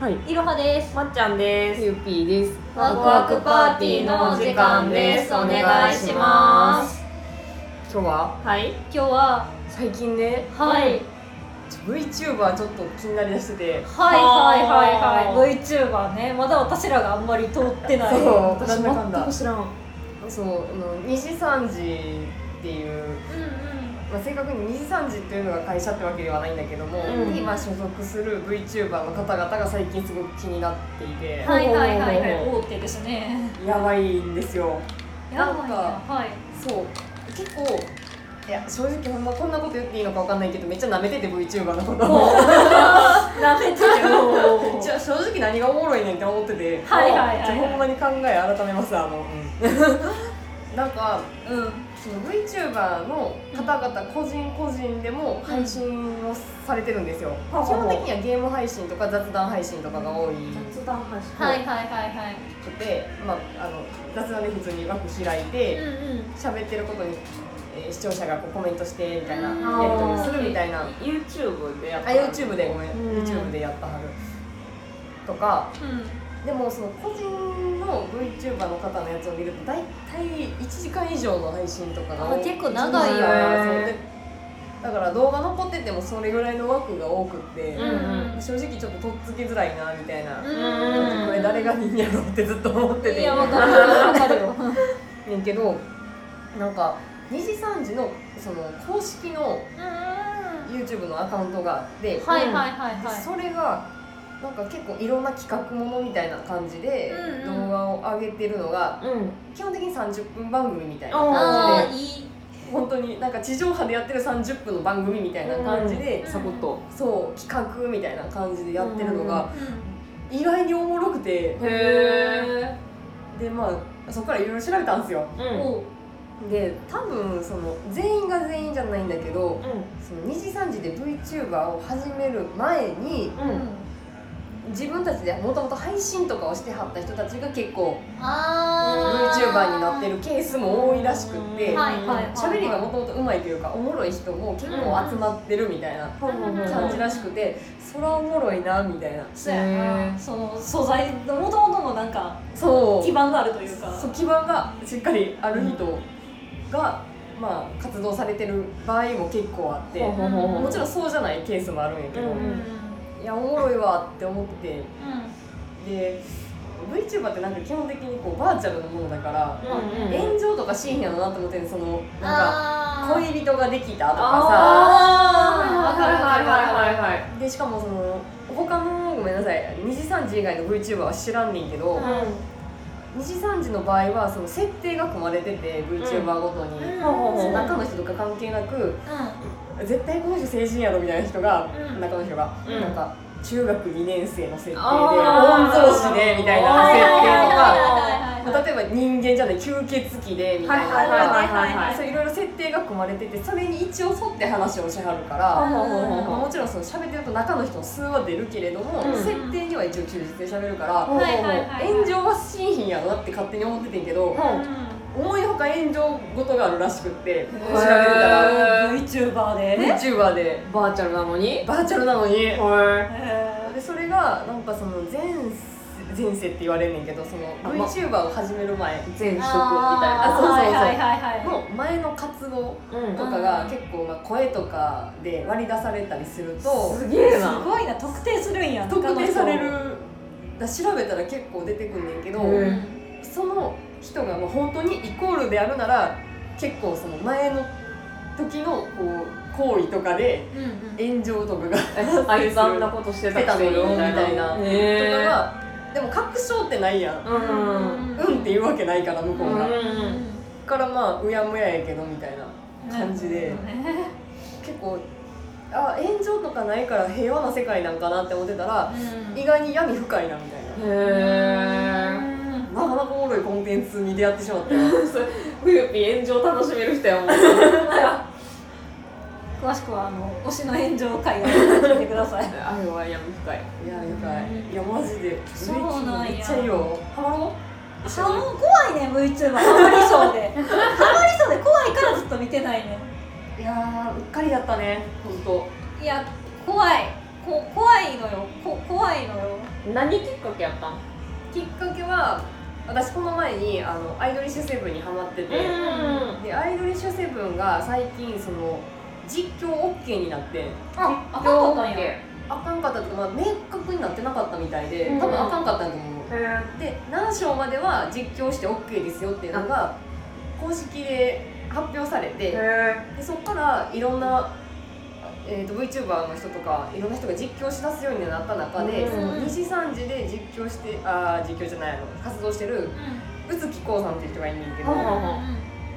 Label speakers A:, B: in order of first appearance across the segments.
A: はい、
B: いろはです
C: まっちゃんです。
A: ゆうぴーです。
B: ワクワクパーティーのお時間ですお願いします
A: 今日は
C: はい。
B: 今日は
A: 最近ね、
B: はい、
A: VTuber ちょっと気になりだしてて、
B: はいはいはいはい VTuber ねまだ私らがあんまり通ってない
A: そう
C: 私
A: なんだかんだ
C: 全く知らん。
A: そう、あの西三次っていう、まあ、正確に西三次っていうのが会社ってわけではないんだけども、
C: うん
A: 今所属する VTuber の方々が最近すごく気になっていて、
B: はいはいはいは
C: ほ
B: い大手ですね
A: やばいんですよ。
B: やばい
A: なんか
B: なはい
A: そう、結構。いや正直ほんまこんなこと言っていいのかわかんないけどめっちゃ舐めてて VTuber のことを
B: なめてる
A: じゃあ正直何がおもろいねんって思ってて
B: はいはいはいはい
A: じゃあほんまに考え改めますあの、 なんか
B: うんうん
A: その VTuber の方々個人個人でも配信をされてるんですよ、
C: うん
A: 基本的にはゲーム配信とか雑談配信とかが多いく
C: 雑談配信。
B: はいはいはい
A: て、まあ、あの雑談で普通に枠開い
B: はい
A: て
B: んうん
A: 喋、ってることに、えー視聴者がこうコメントしてみたいなや
B: うん
A: り取りをするみたいなあ
C: YouTube でやっ
A: YouTube でごめん、
C: うん
A: YouTube でやったはるとか
B: うん
A: でもその個人の VTuber の方のやつを見ると大体1時間以上の配信とかが
B: あ結構長いよ
A: ねそうでだから動画残っててもそれぐらいの枠が多くって、
B: うんうん
A: 正直ちょっととっつきづらいなみたいな、
B: う
C: うん
A: これ誰が人やろうってずっと思ってて
B: いやわかるわかるよ
A: ねんけどなんか2時3時のその公式の
B: うんは
A: YouTube のアカウントがあって、
B: いはいはいはい
A: それがなんか結構いろんな企画ものみたいな感じで
B: うんうん
A: 動画を上げてるのが
C: うん。
A: 基本的に30分番組みたいな
B: あ
A: 感
B: あ
A: じで
B: いい
A: 本当になんか地上波でやってる30分の番組みたいな感じで
B: うん、
C: サコと。
A: そう企画みたいな感じでやってるのが
B: う
A: 意外におもろくて
C: へ
A: でまあそこからいろいろ調べたんですよ
C: うんん。
B: おう
A: で多分その全員が全員じゃないんだけど
C: うん。
A: その2時3時で VTuber を始める前
C: う
A: に
C: ん。
A: 自分たちでもともと配信とかをしてはった人たちが結構
B: あー
A: VTuber になってるケースも多いらしくって
B: はいはいはい
A: 喋りがもともと上手いというかおもろい人も結構集まってるみたいな
C: ほうほうほう
A: 感じらしくてそらおもろいなみたいな
B: そうや
C: へ
B: な
C: ー
B: その素材もともとのなんか
A: そう
B: 基盤があるというか
A: そう基盤がしっかりある人が、まあ、活動されてる場合も結構あって
C: ほうほうほうほう
A: もちろんそうじゃないケースもあるんやけど、
C: うん
A: いやおもろいわって思って
B: う
A: てで VTuber ってなんか基本的にこうバーチャルのものだから、
C: うんうん
A: 炎上とかシーンやろなと思ってんその
B: ん
A: なんか
B: あー
A: 恋人ができたとか
C: あ
B: ー
C: はいはいはいはいはい。
A: さでしかもその他のごめんなさい2時3時以外の VTuber は知らんねんけど、
B: うん
A: 2時3時の場合はその設定が組まれてて VTuber ごとに。
B: うん
C: ほうほうほう
A: 中の人とか関係なく
B: う
A: 絶対この人成人やろみたいな人が、
B: うん
A: 中の人が、
C: うん
A: なんか中学2年生の設定で
C: あ
A: 御
C: ー
A: 曹司でみたい
B: ん
A: な
B: はい
A: 設
B: はいはい
A: 定と
B: はいは
A: か
B: い
A: 例えば人間じゃない吸血鬼でみたいな、
C: はいはいはいはい
A: そういろいろ設定が組まれててそれに一応沿って話をしはる
C: ほ
A: か
C: うほう
A: ら、
C: ほう
A: まあ
C: ほう。
A: もちろんその喋ってると中の人の数は出るけれども、
C: うん
A: 設定には一応忠実で喋るから、
C: ほうほうほう
B: はいはいはい
A: 炎上はしーひんやろなって勝手に思っててんけど、
C: ほう
A: 思いのほか炎上事があるらしくって調べてたら
C: へー
B: VTuber で
A: VTuber で
C: バーチャルなのに。へ
A: バーチャルなのに
C: え。
A: でそれがなんかその前世前世って言われんねんけどその
C: あま
A: VTuber を始める前
C: 全職みたい
A: あ
C: な。
A: そうそうそう
B: はいはいはいはい
A: の前の活動
C: うん
A: とかが結構まあ声とかで割り出されたりすると
C: すげえ
B: す
C: な。
B: ごいな特定するんや
A: 特定される
B: うん
A: だ調べたら結構出てくんねんけど
C: へ
A: その人がまあ本当にイコールであるなら結構その前の時のこう行為とかで
B: うんうん
A: 炎上とかが
C: あいつあんなことしてたくせにみたいな。
A: してたのよみたいなとか
C: へ
A: がでも確証ってないやん
C: え。うん。
A: うんって言うわけないから向こうが、
C: うん
A: だからまあうやむややけどみたいな感じで
B: なるほどね
A: 結構あ炎上とかないから平和な世界なんかなって思ってたら
B: うん
A: 意外に闇深いなみたいな
C: へえ。
A: なかなかおもろいコンテンツに出会ってしまったよ
C: 冬ピー炎上楽しめる人やもん。
B: 詳しくはあの推しの炎上会を聞いてください
C: あれは闇深い。
A: いやよかいいやマジで
B: そうなんや
A: めっちゃいいよハマろ
B: その怖いね VTuber ハマりそうでハマりそうで怖いからずっと見てないね
A: ういやーうっかりだったね本当
B: いや怖いこ怖いのよこ怖いのよ
C: 何きっかけやったん
A: きっかけは私この前にあのアイドリッシュセブンにハマってて、
C: うん
A: でアイドリッシュセブンが最近その実況 OK になって
B: ああかんかったんや
C: へ
A: あかんかったとか、まあ、明確になってなかったみたいで
B: うん
A: 多分あかんかったんやと思う、
C: え
A: で何章までは実況して OK ですよっていうのが公式で発表されて、
C: へ
A: でそこからいろんな、えー、と VTuber の人とかいろんな人が実況しだすようになった中で、
C: うん
A: その西三時で実況してあー実況じゃないあの活動してる宇津木こうさんっていう人がいるんだけど、
C: うん
B: うん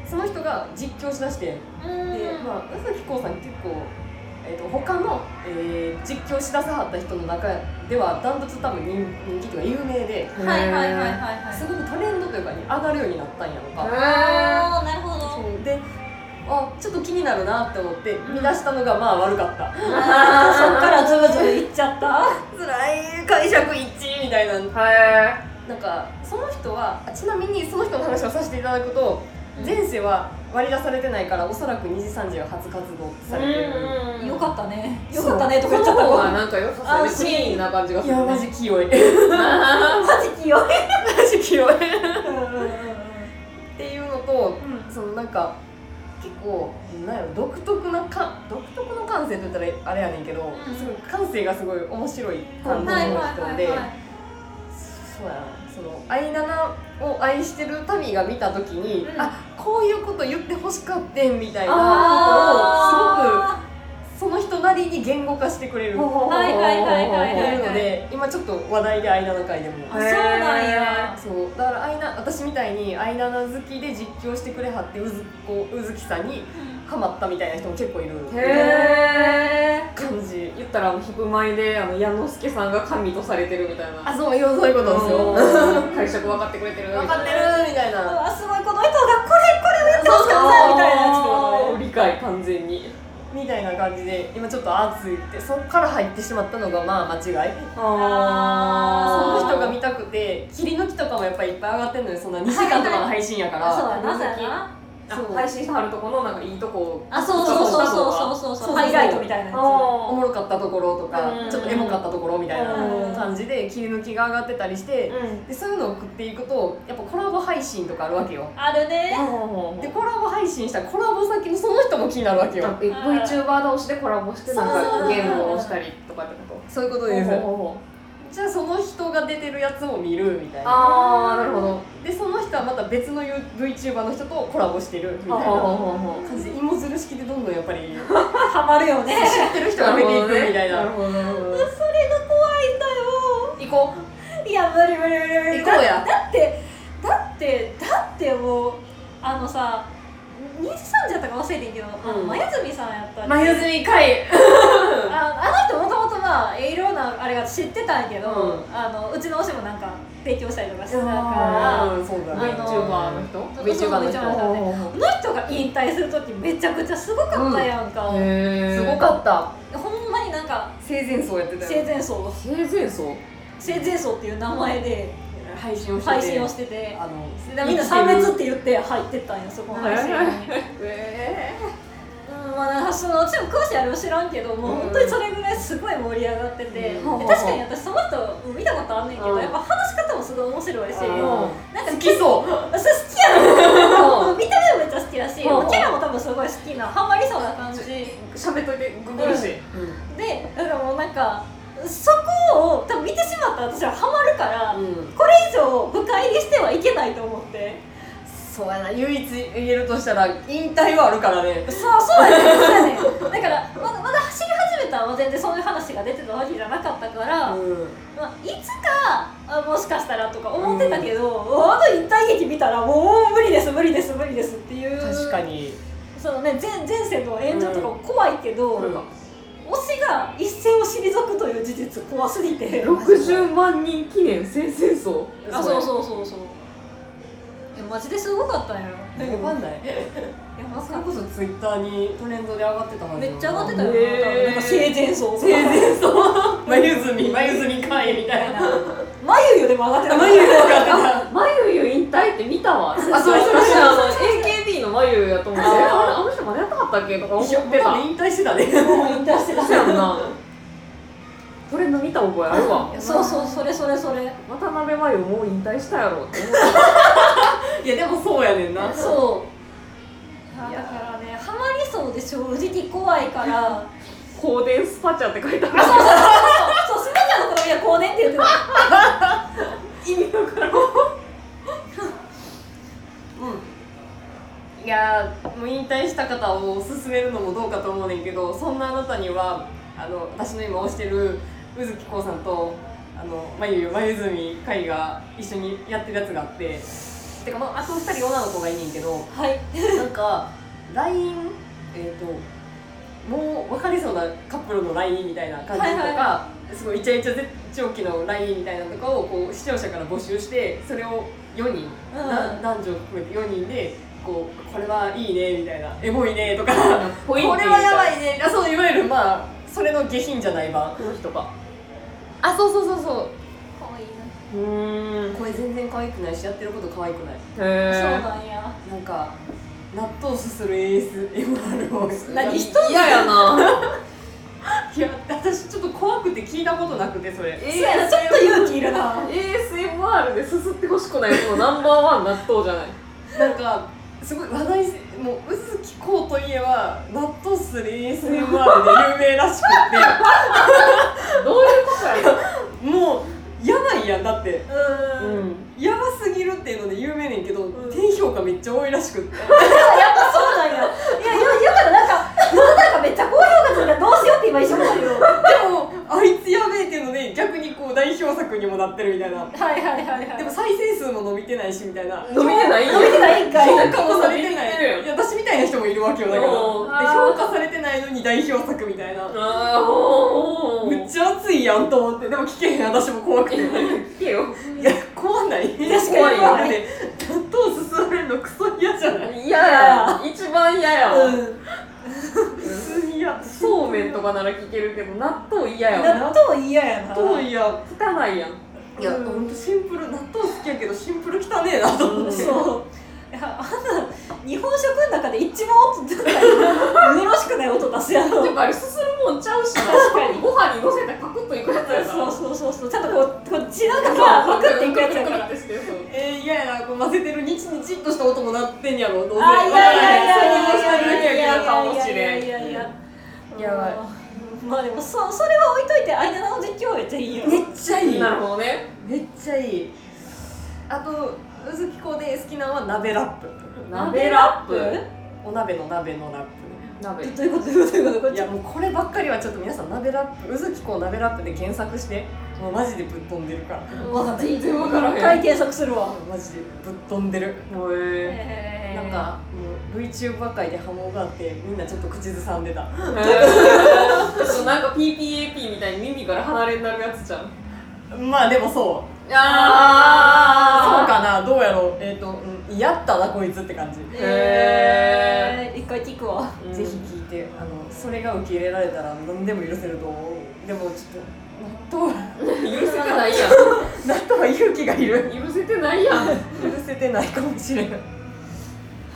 A: その人が実況しだして、
B: うん
A: でまあ、宇津木こうさん結構、えー、と他の、えー実況しださはった人の中ではダントツ多分人人気というか有名で
C: え
B: はいはいはいはいはい
A: すごくトレンドというかに上がるようになったんやろか。
C: へ
B: あーなるほど
A: そうであちょっと気になるなって思って見出したのがまあ悪かった
B: そっからズブズブいっちゃった
A: 辛い解釈一致みたいな
C: ーへ
A: なんかその人はあちなみにその人の話をさせていただくと、前世は割り出されてないからおそらく2次3次は初活動されてる、
C: え
B: よかったね
A: そう
B: よかったねとか
C: こっ
B: 言っ
C: ち
B: ちゃ
C: の
B: った
C: 方
B: ごめ
C: が
B: ん
C: なんか良さそうで
A: あそ
C: ク
A: う
C: リーンな感じが
A: い
C: する
A: や
C: ね
A: マジキヨイマ
B: マジ清い
A: ジキヨイっ
B: うんうんうん
A: ていうのと
B: うん
A: そのなんか結構なんやろ独特なか独特の感性と言ったらあれやねんけど、
B: ん
A: すごい感性がすごい面白い感じの
B: はいはい
A: 人
B: はい
A: で。
B: はい
A: そうやなそのアイナナを愛してる民が見た時に、
B: うん
A: あこういうこと言ってほしかってんみたいなこと
B: あ
A: をすごくその人なりに言語化してくれるっていう
B: ーはいはいはいはいはい
A: ので今ちょっと話題でアイナナ界でも。
B: あそうなんや
A: そうだからアイナ私みたいにアイナナ好きで実況してくれはってうずこううずきさんにハマったみたいな人も結構いる
C: へえ
A: 感じ
C: 言ったらあのヒプマイであの矢之助さんが神とされてるみたいな
A: あそういうそういうことですよ
C: うん解釈分かってくれてるみたい
A: 分
C: な
A: かってるみたいうな
B: わすごいこの人がこれこれをやってほしかったみたいなやつってことね
C: 理解完全に
A: みたいな感じで今ちょっと熱いってそっから入ってしまったのがまあ間違いそ
B: あー
A: の人が見たくて切り抜きとかもやっぱりいっぱい上がってんのよそんな2時間とかの配信やか
B: あそう
A: ら
B: だなそうやな
A: そう
C: 配信してはるとこのなんかいいとこ
B: あそうそうそうそうそう
A: そ
B: そう
A: うそうそう
B: ハイライトみたいなやつ
A: おもろかったところとか
C: うん
A: ちょっとエモかったところみたいな
B: うん
A: 感じで切り抜きが上がってたりしてでそういうのを送っていくとやっぱコラボ配信とかあるわけよ
B: あるね
A: でコラボ配信したらコラボ先のその人も気になるわけよ
C: VTuber 同士でコラボしてなんかゲームをしたりとかってこと
A: そういうことですじゃあその人が出てるやつも見るみたいな
C: ああなるほど
A: でその人はまた別の VTuber の人とコラボしてるみたいな感じで芋づる式でどんどんやっぱり知
B: ハマるよね
A: ってる人が増えていく みたいな
C: るほど
B: それが怖いんだよ
A: 行こ
B: いや無理無理無理無理
A: 行こうや
B: だだってだってだってもうあのさ2時3時だったか忘れてんけど、あの
A: うん
B: 真泉さんやった
A: う
B: り
A: 真
B: あ
A: 泉会
B: あの人もともとまあいろんなあれが知ってたんやけど、
A: う
B: あのうちの推しもなんか提供したりとかしてたから
A: うんそうだね
C: VTuber の人
B: そう
A: VTuber の人
B: そう VTuber の人この人が引退する時めちゃくちゃすごかったやんか、
A: す
C: す
A: ごかった
B: ほんまになんか
A: 生前葬やってた
B: 生
A: よ
B: 前葬
C: 生前葬
B: 生前葬っていう名前で
A: 配信をしてて
B: 配信をしてて
A: あの
B: でみんな
A: 生き
B: 三
A: てる
B: 別って言って入ってったんよそこの配信に、
C: え
B: うんまあなんかそのうちも詳しいあれは知らんけどもう本当にそれぐらいすごい盛り上がってて、で
A: うん
B: 確かに私その人見たことあんねんけど、
C: うん
B: やっぱ話し方もすごい面白いし、
C: う
A: うん
C: ん
B: なんか
A: 好きそう
B: 私好きや
C: う
B: ろ
C: ん
B: 見た目もめっちゃ好きやし、
C: うん
B: キャラも多分すごい好きなハマりそうな感じで
C: 喋っといてググるし
B: だからもうなんかそこを多分見てしまったら私はハマるから、
A: うんうん
B: これ以上部会にしてはいけないと思って。
A: そうやな唯一言えるとしたら引退はあるからね
B: そうそうやねんそうやねんだからまだまだ走り始めたのは全然そういう話が出てたわけじゃなかったから、
A: うん
B: まあ、いつかあもしかしたらとか思ってたけど、あの引退劇見たらもう無理です無理です無理ですっていう
A: 確かに
B: そのね前前世の炎上とかも怖いけど、
A: うん
B: 推しが一線を退くという事実怖すぎて
C: 60万人記念生前葬
B: あそうそうそうそういやマジですごかったんやろ
A: わかんない
B: いやま
A: そ
B: さ
A: れ
B: か
A: こそツイッターにトレンドで上がってたはず
B: めっちゃ上がってたよ、
C: へー
B: 多分なんか生前葬
A: 生前葬眉墨眉墨会みたいな
B: 眉よでも上がってた
A: 眉毛上がって
C: まゆゆ引退って見たわあ
A: そうそう
C: 私あの AKB のまゆゆやと思って
A: あー
C: えあれあの人まだやったかったっけとか
A: た
C: 思ってた
A: 引退してたね
B: もう引退してた
C: そうやんな
D: これの見た覚えあるわ
B: そうそうそれそれそれ
D: 渡辺麻友もう引退したやろ って思う
A: いやでもそうやねんな
B: そうだからねハマりそうで正直怖いから
D: 放電スパチャって書いてある
B: そうすみちゃんのことみんなこうねって言ってた意味わからん
A: うんいやーもう引退した方を勧めるのもどうかと思うねんけどそんなあなたにはあの私の今推してる宇月こうさんとあのまゆゆまゆずみかいが一緒にやってるやつがあっててかまああと2人女の子がいんねんけど
B: はい
A: なんか LINE えっ、ともう分かりそうなカップルの LINE みたいな感じとか、
B: はいはい
A: すごいイチャイチャ絶頂期の LINE みたいなのとかをこう視聴者から募集してそれを4人、
B: うん
A: な男女含めて4人でこうこれはいいねみたいなエモいねとか これはやばいねあそういわゆるまあそれの下品じゃない版
D: この人か
A: あそうそうそうそ
B: 可愛いな
D: うーんへ
A: うこれ全然可愛くないしやってること可愛くない
B: そう
D: え
B: なんや
A: なんか納豆すする ASMR を
B: 何一人
D: 嫌や ない
A: や私ちょっと怖くて聞いたことなくてそれ
B: そうやなちょっと勇気いるな
D: ASMR ですすってほしくないもうナンバーワン納豆じゃない
A: なんかすごい話題性もう宇月こうといえば納豆する ASMR で有名らしく
D: どういうことやろ
A: てもうやばいやんだって
B: う
D: うんん
A: やばすぎるっていうので有名ねんけど、
B: ん
A: 低評価めっちゃ多いらしくって
B: やっぱそうなんやいやよよかったなんか世の中めっちゃ高評価ついたらどうしようって今一緒になるよは
A: でもあいつやべえっていうので逆にこう代表作にもなってるみたいない
B: はいはいは
A: で
B: で
A: も
B: も
A: 再生数も伸びてないしみたいな
D: 伸びてない
B: 伸びてないんかい
A: 評価もされて
D: 伸
A: ない
D: びてるよ
A: いや私みたいな人もいるわけよだからで
D: お
A: 評
D: ー
A: 価されてないのに代表作みたいな
D: ああもう
A: めっちゃ熱いやんと思ってでも聞けへん私も怖くてい
D: 聞けよ
A: や怖ない確
D: かに怖いよ
A: だって納豆すすられるのクソ嫌じゃない
D: 嫌や一番嫌やわ、
B: うん
A: 普通に嫌
D: そうめんとかなら聞けるけど納豆嫌やわ
B: 納豆嫌やな
A: 納豆嫌
D: つかないやん
A: いやほんとシンプル納豆好きやけどシンプル汚ねえなと思って
B: そういやあんな日本食の中で一番音出ないよろしくない音出すやろ
D: でもあれすするもんちゃうしな
B: 確かに
D: ご飯にのせたらパクッといくやつやから
B: そうそうそうそうちゃんとこうこっちなんかさパクっていくやつやから
D: パクってしてそう
A: えー、嫌やなこう混ぜてるニチニチっとした音もなってんやろどうせ
B: あいやいやいやいやいやいやいやいやいやいやいやいや
A: やばい
B: まあでもそそれは置いといて間の実況はめっちゃいいよ
A: めっちゃいい
D: なるほどね
A: めっちゃいいあとうずきこで好きなのは鍋ラップ
D: 鍋ラップ
A: お鍋の鍋のラップ
D: 鍋
B: どういうことどういうことどういうこと
A: いやもうこればっかりはちょっと皆さん鍋ラップうずきこ鍋ラップで検索してもうマジでぶっ飛んでるから
B: わかんない
D: 全然わからへん
B: 一回検索するわ
A: マジでぶっ飛んでる
D: へえ
A: な
B: なん
A: かもう VTuber 界で波紋があってみんなちょっと口ずさんでた
D: そうなんか PPAP みたいに耳から離れになるやつじゃん
A: まあでもそうそう
D: あ
A: かなどうやろうえっ、と、うん、やったなこいつって感じ、
B: えー一回聞くわ
D: そう
A: ぜひ聞いてあのそれが受け入れられたら何でも許せると思うでもちょっと納豆は
D: 許せてないや
A: 納豆は勇気がいる
D: ん許せてないやん
A: 許せてないかもしれない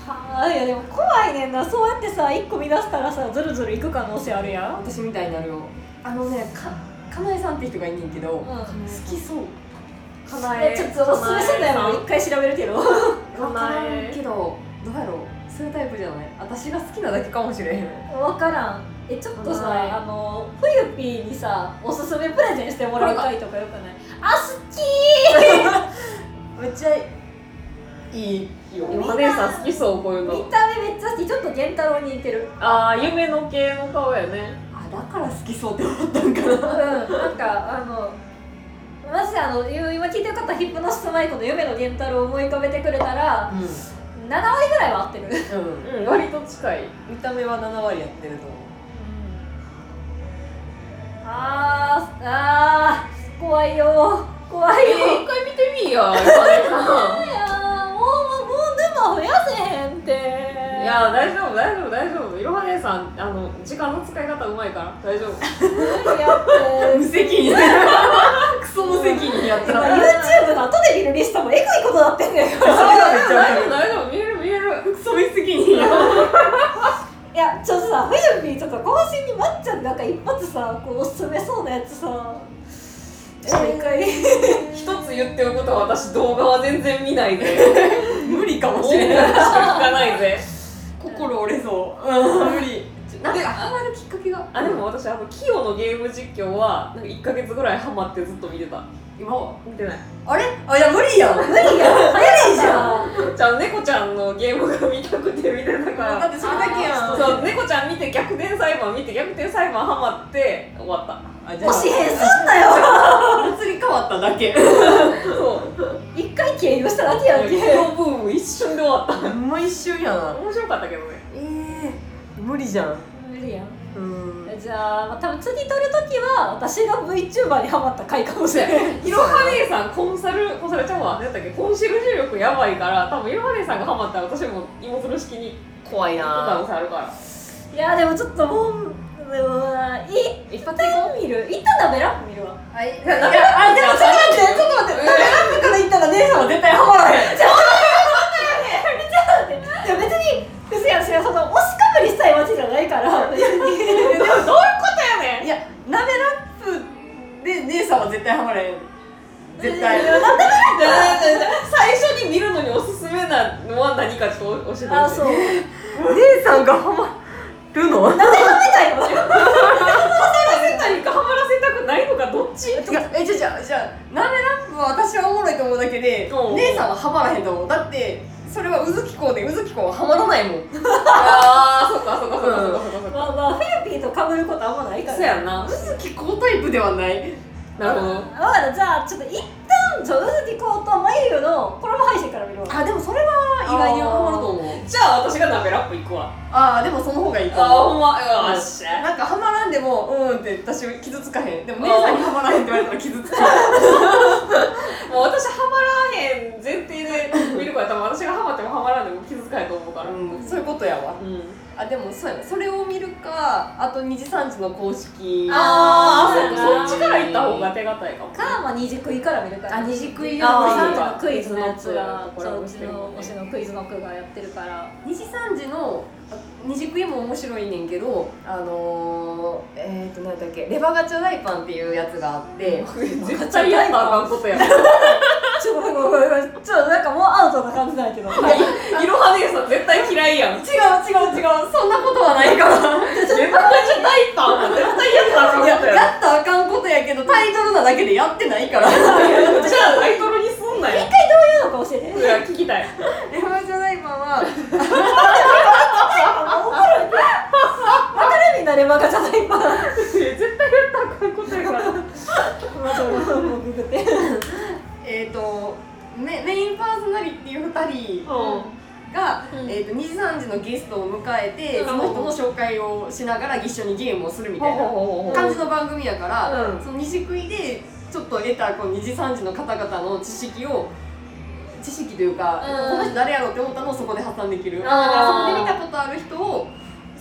B: はーいいやでも怖いねんなそうやってさ一個見出したらさずるずるいく可能性あるやん
A: 私みたいになるよあのねかかなえさんって人がいんねんけど、好きそう
D: か
B: えちょっとおすすめしてたやろ一回調べるけど
A: わから
D: え
A: んけどどうやろうそういうタイプじゃない私が好きなだけかもしれへん
B: 分からんえちょっとさ、
D: はい
B: あの冬ピーにさおすすめプレゼンしてもらう回とかよくないあ好き
A: めっちゃいいよ
D: お姉さん好きそうこういう
B: 見
D: の
B: た目めっちゃ好きちょっと源太郎に似てる
D: ああ夢の系の顔やね
A: あだから好きそうって思ったんか
B: うんなんかあのまずあの今聞いてる方ヒップノシスマイコの夢の源太郎を思い浮かべてくれたら
A: なうん、
B: 7割ぐらいは合ってる
D: うん割と近い
A: 見た目は7割やってると思う
B: あーあー怖いよ怖いよ、
D: 一回見てみいやお金さん
B: いやーもうもうでも増やせへんって
D: い
B: い
D: や大丈夫大丈夫大丈夫いろは姉さんあの時間の使い方うまいから大丈夫
B: 無理やって
A: 無責任クソ無責任やっ
B: 今
A: た
B: YouTube の後で見るリストもエグいことなってんねんから
A: それはめっちゃわか
D: 大丈
A: る
D: 夫大丈夫見える見える
A: クソ無責任や
B: いやちょっとさ冬美ちょっと後半にまっちゃんなんか一発さこうおすすめそうなやつさちょっと一回、
D: 一つ言っておくと私動画は全然見ないぜ
A: 無理かも
D: 音
A: し
D: 楽し
A: れ
D: か
A: ない
D: 聞かないぜ
A: 心折れそううん無理
D: なんかハマるきっかけがあでも私あのキヨのゲーム実況はなんか1か月ぐらいハマってずっと見てた
A: 今は
D: 見てない
A: あれあいや無理やん
B: 無理や早いじゃん
D: じゃあ猫ちゃんのゲームが見たくて見てたから
A: だってそれだけやん
D: そう猫ちゃん見て逆転裁判見て逆転裁判ハマって終わった
A: あじゃ
B: 推し変すんなよ
A: あ移り変わっただけ
D: そう
B: 一回経由しただけやんけ
D: このブーム一瞬で終わっ
A: ほんま一瞬や
D: た
A: な
D: 面白かったけどね
A: ええ無理じゃん
B: 無理やん
A: うん
B: じゃあ、まあ、多分次撮るときは私が VTuber にハマった回かもしれない
D: いろは姉さんコンサルコンサルちゃんは何やったっけコンシェルジュ力やばいから多分いろは姉さんがハマったら私も芋づる式に
C: 怖い
D: ボタン
C: な
D: 押されるから
B: いやでもちょっともうでもまあいい一旦見る一旦食べら見るわ
A: あいやあでもちょっと待ってちょっと待って食べらんから言ったら姉さんは絶対ハマらへん
B: ちょっと待ってでも別に別やしその推しかぶりしたいわけじゃないから別
D: で
B: に
D: もどういうことやね
A: い
D: ん
A: や鍋ラップで姉さんは絶対ハマらへん絶対
B: いやなんで
D: 最初に見るのにおすすめなのは何かちょっと教えてほしい
B: あそう
A: 姉さんがハマるの
B: なんで食べたいの
D: ハマらせたいかハマらせたくないのかどっち
A: いやえじゃあじゃあじゃあ鍋ラップは私はおもろいと思うだけで
D: うん
A: 姉さんはハマらへんと思うだってそれはうずきこうでうずきこうはハマらないもん
D: ああそっかそっかそっかそっかそっか
B: まあまあフィリピンとかぶることあんまないから
D: そうやんな
A: うずきこうタイプではない
D: なるほど
B: わかったじゃあちょっと一旦じゃあうずきこうとまゆゆのコラボ配信から見るわ
A: あでもそれは意外にハマると思う
D: じゃあ私が鍋ラップ行くわ
A: あーでもその方がいいと
D: あほ
A: 思う
D: んまよ
A: よ
D: っ
A: っ
D: しゃ
A: なんかハマらんでもうんって私傷つかへんでも姉さんにハマらへんって言われたら傷つく
D: もう私ハマらへん前提で見るから多分私がハマってもハマらんでも気づかないと思うからうん、
A: うんそういうことやわあでもそうやなそれを見るかあと2時3時の公式
D: あ
B: ー
D: あ
B: そうや
D: そ
B: な
D: っちから行った方が手堅いかも
B: かまあ二次食いから見るから
C: あ二次食い
B: の
C: あ
D: ー
B: 三時のクイズのやつが
D: コ
B: そ
D: ラボ
B: うう
D: し
B: ち
D: てるもん
B: の
D: ね
B: 推しのクイズのクがやってるから
A: 2時3時のあ二軸いも面白いねんけどあのー、えっ、ー、と何だっけレバガチャ大パンっていうやつがあって
D: 絶対やったらあかんことやい
B: ちょっとごめんごめんちょっとなんかもうアウトな感じだけど、はい、じ
D: ろは姉さん絶対嫌いやん
A: 違う違う違うそんなことはないから
D: レバガチャ大パンは絶対やったらあかん
A: い や
D: ことや
A: やったらあかんことやけどタイトルなだけでやってないから
D: ろじゃあタイトルにすんなよ
B: ゃあどういうのか教えて
D: いや聞きたい
A: レバガチャ大パンは
B: わかるみんなレバカじゃない今ま
D: 絶対やったらあかんことやから
B: あちょっともうググって
A: えっ、ー、とメメインパーソナリティ2人
D: う
A: が、
B: うん
A: えー、と2時3時のゲストを迎えて、
D: うん
A: その人の紹介をしながら一緒にゲームをするみ
D: ん
A: たいな
D: ほ
A: 感じの番組やから、
D: うん
A: その西食いでちょっと得たこう二次三次の方々の知識を知識というか、
B: うん
A: この人誰やろうって思ったのをそこで発散できるだ
D: あー
A: からそこで見たことある人を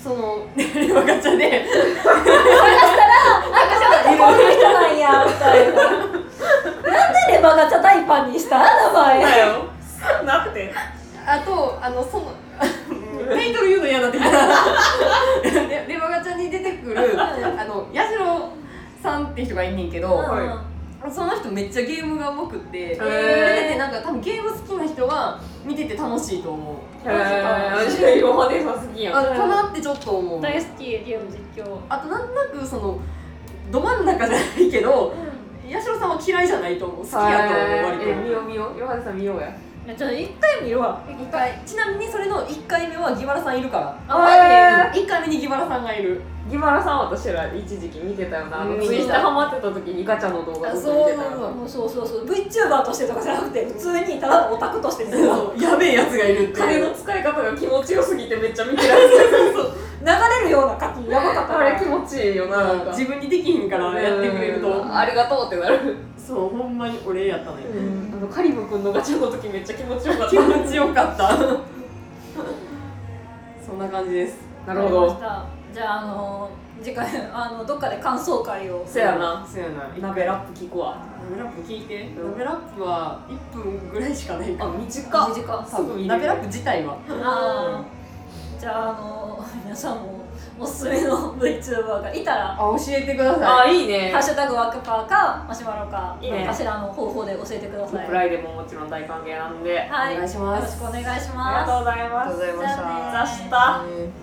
A: その 電話ガチャで
B: なんかこういう人なんやみたいななんでレバガチャ大パンにした名前
D: だよなって
A: あとあのそのタイトル言うの嫌だってき たで電話ガチャに出てくるあの八代さんって人がいんねんけど、
D: はい
A: その人めっちゃゲームがうまくって、それでね
D: へ
A: なんか多分ゲーム好きな人は見てて楽しいと思う。
D: え私は今までさ好きやん
A: あかなってちょっと思う。
B: 大好きゲーム実況
A: あとなんとなくそのど真ん中じゃないけど、八代さんは嫌いじゃないと思う。好きやと思う割
D: え見
A: と。
D: よう見ようヨハネさん見ようや
B: ちょっと一回見るわ
A: 一回ちなみにそれの一回目はギバラさんいるから。
D: あマ
A: 一回目にギバラさんがい る。
D: ギバラさん私ら一時期見てたよなあの
A: 見て
D: ツ
A: た
D: イッターハマってた時にガチャの動画ずっと見てたよな
B: もうそうそうそう VTuber としてとかじゃなくて普通にただのオタクとして見るわ
A: そうやべえやつがいるって。
D: 金の使い方が気持ちよすぎてめっちゃ見てられて
B: 流れるような課金やばかった
D: あれ気持ちいいよななんか
A: 自分にできひんからやってくれる
D: う
A: と
D: ん。ありがとうってなる
A: そうほんまに俺やったね。
D: あのカリブ君のガチャの時めっちゃ気持ちよかっ
A: 気持ちよかった。 そんな感じです。
D: たなるほど
B: じゃああの次回 あのどっかで感想会を
D: せやな
A: そうやな。
D: 鍋ラップ聞くわ
A: 鍋ラップ聞いて。
D: うん
A: 鍋ラップは1分ぐらいしかないか
D: あ
A: ら。
D: 短っ
B: 短っ
A: 多分鍋ラップ自体は。
B: あーじゃああの皆さんもおすすめの VTuber がいたら
A: あ教えてくだ
D: あ
A: さい
D: あいい
B: 「
D: ね
B: ハッシュタグワークパー」か「マシュマロ」か
D: いいね
B: 何かしらの方法で教えてください
D: プライでももちろん大歓迎なんで
B: はい
A: お願
B: よろ
A: い
B: し
A: し
B: く
A: ます
B: お願いし
D: ありが
B: ます
D: とうござい
A: ありが
D: ま
A: とう
D: す
A: ございまし
B: じゃあね
A: た
D: また明日
A: うん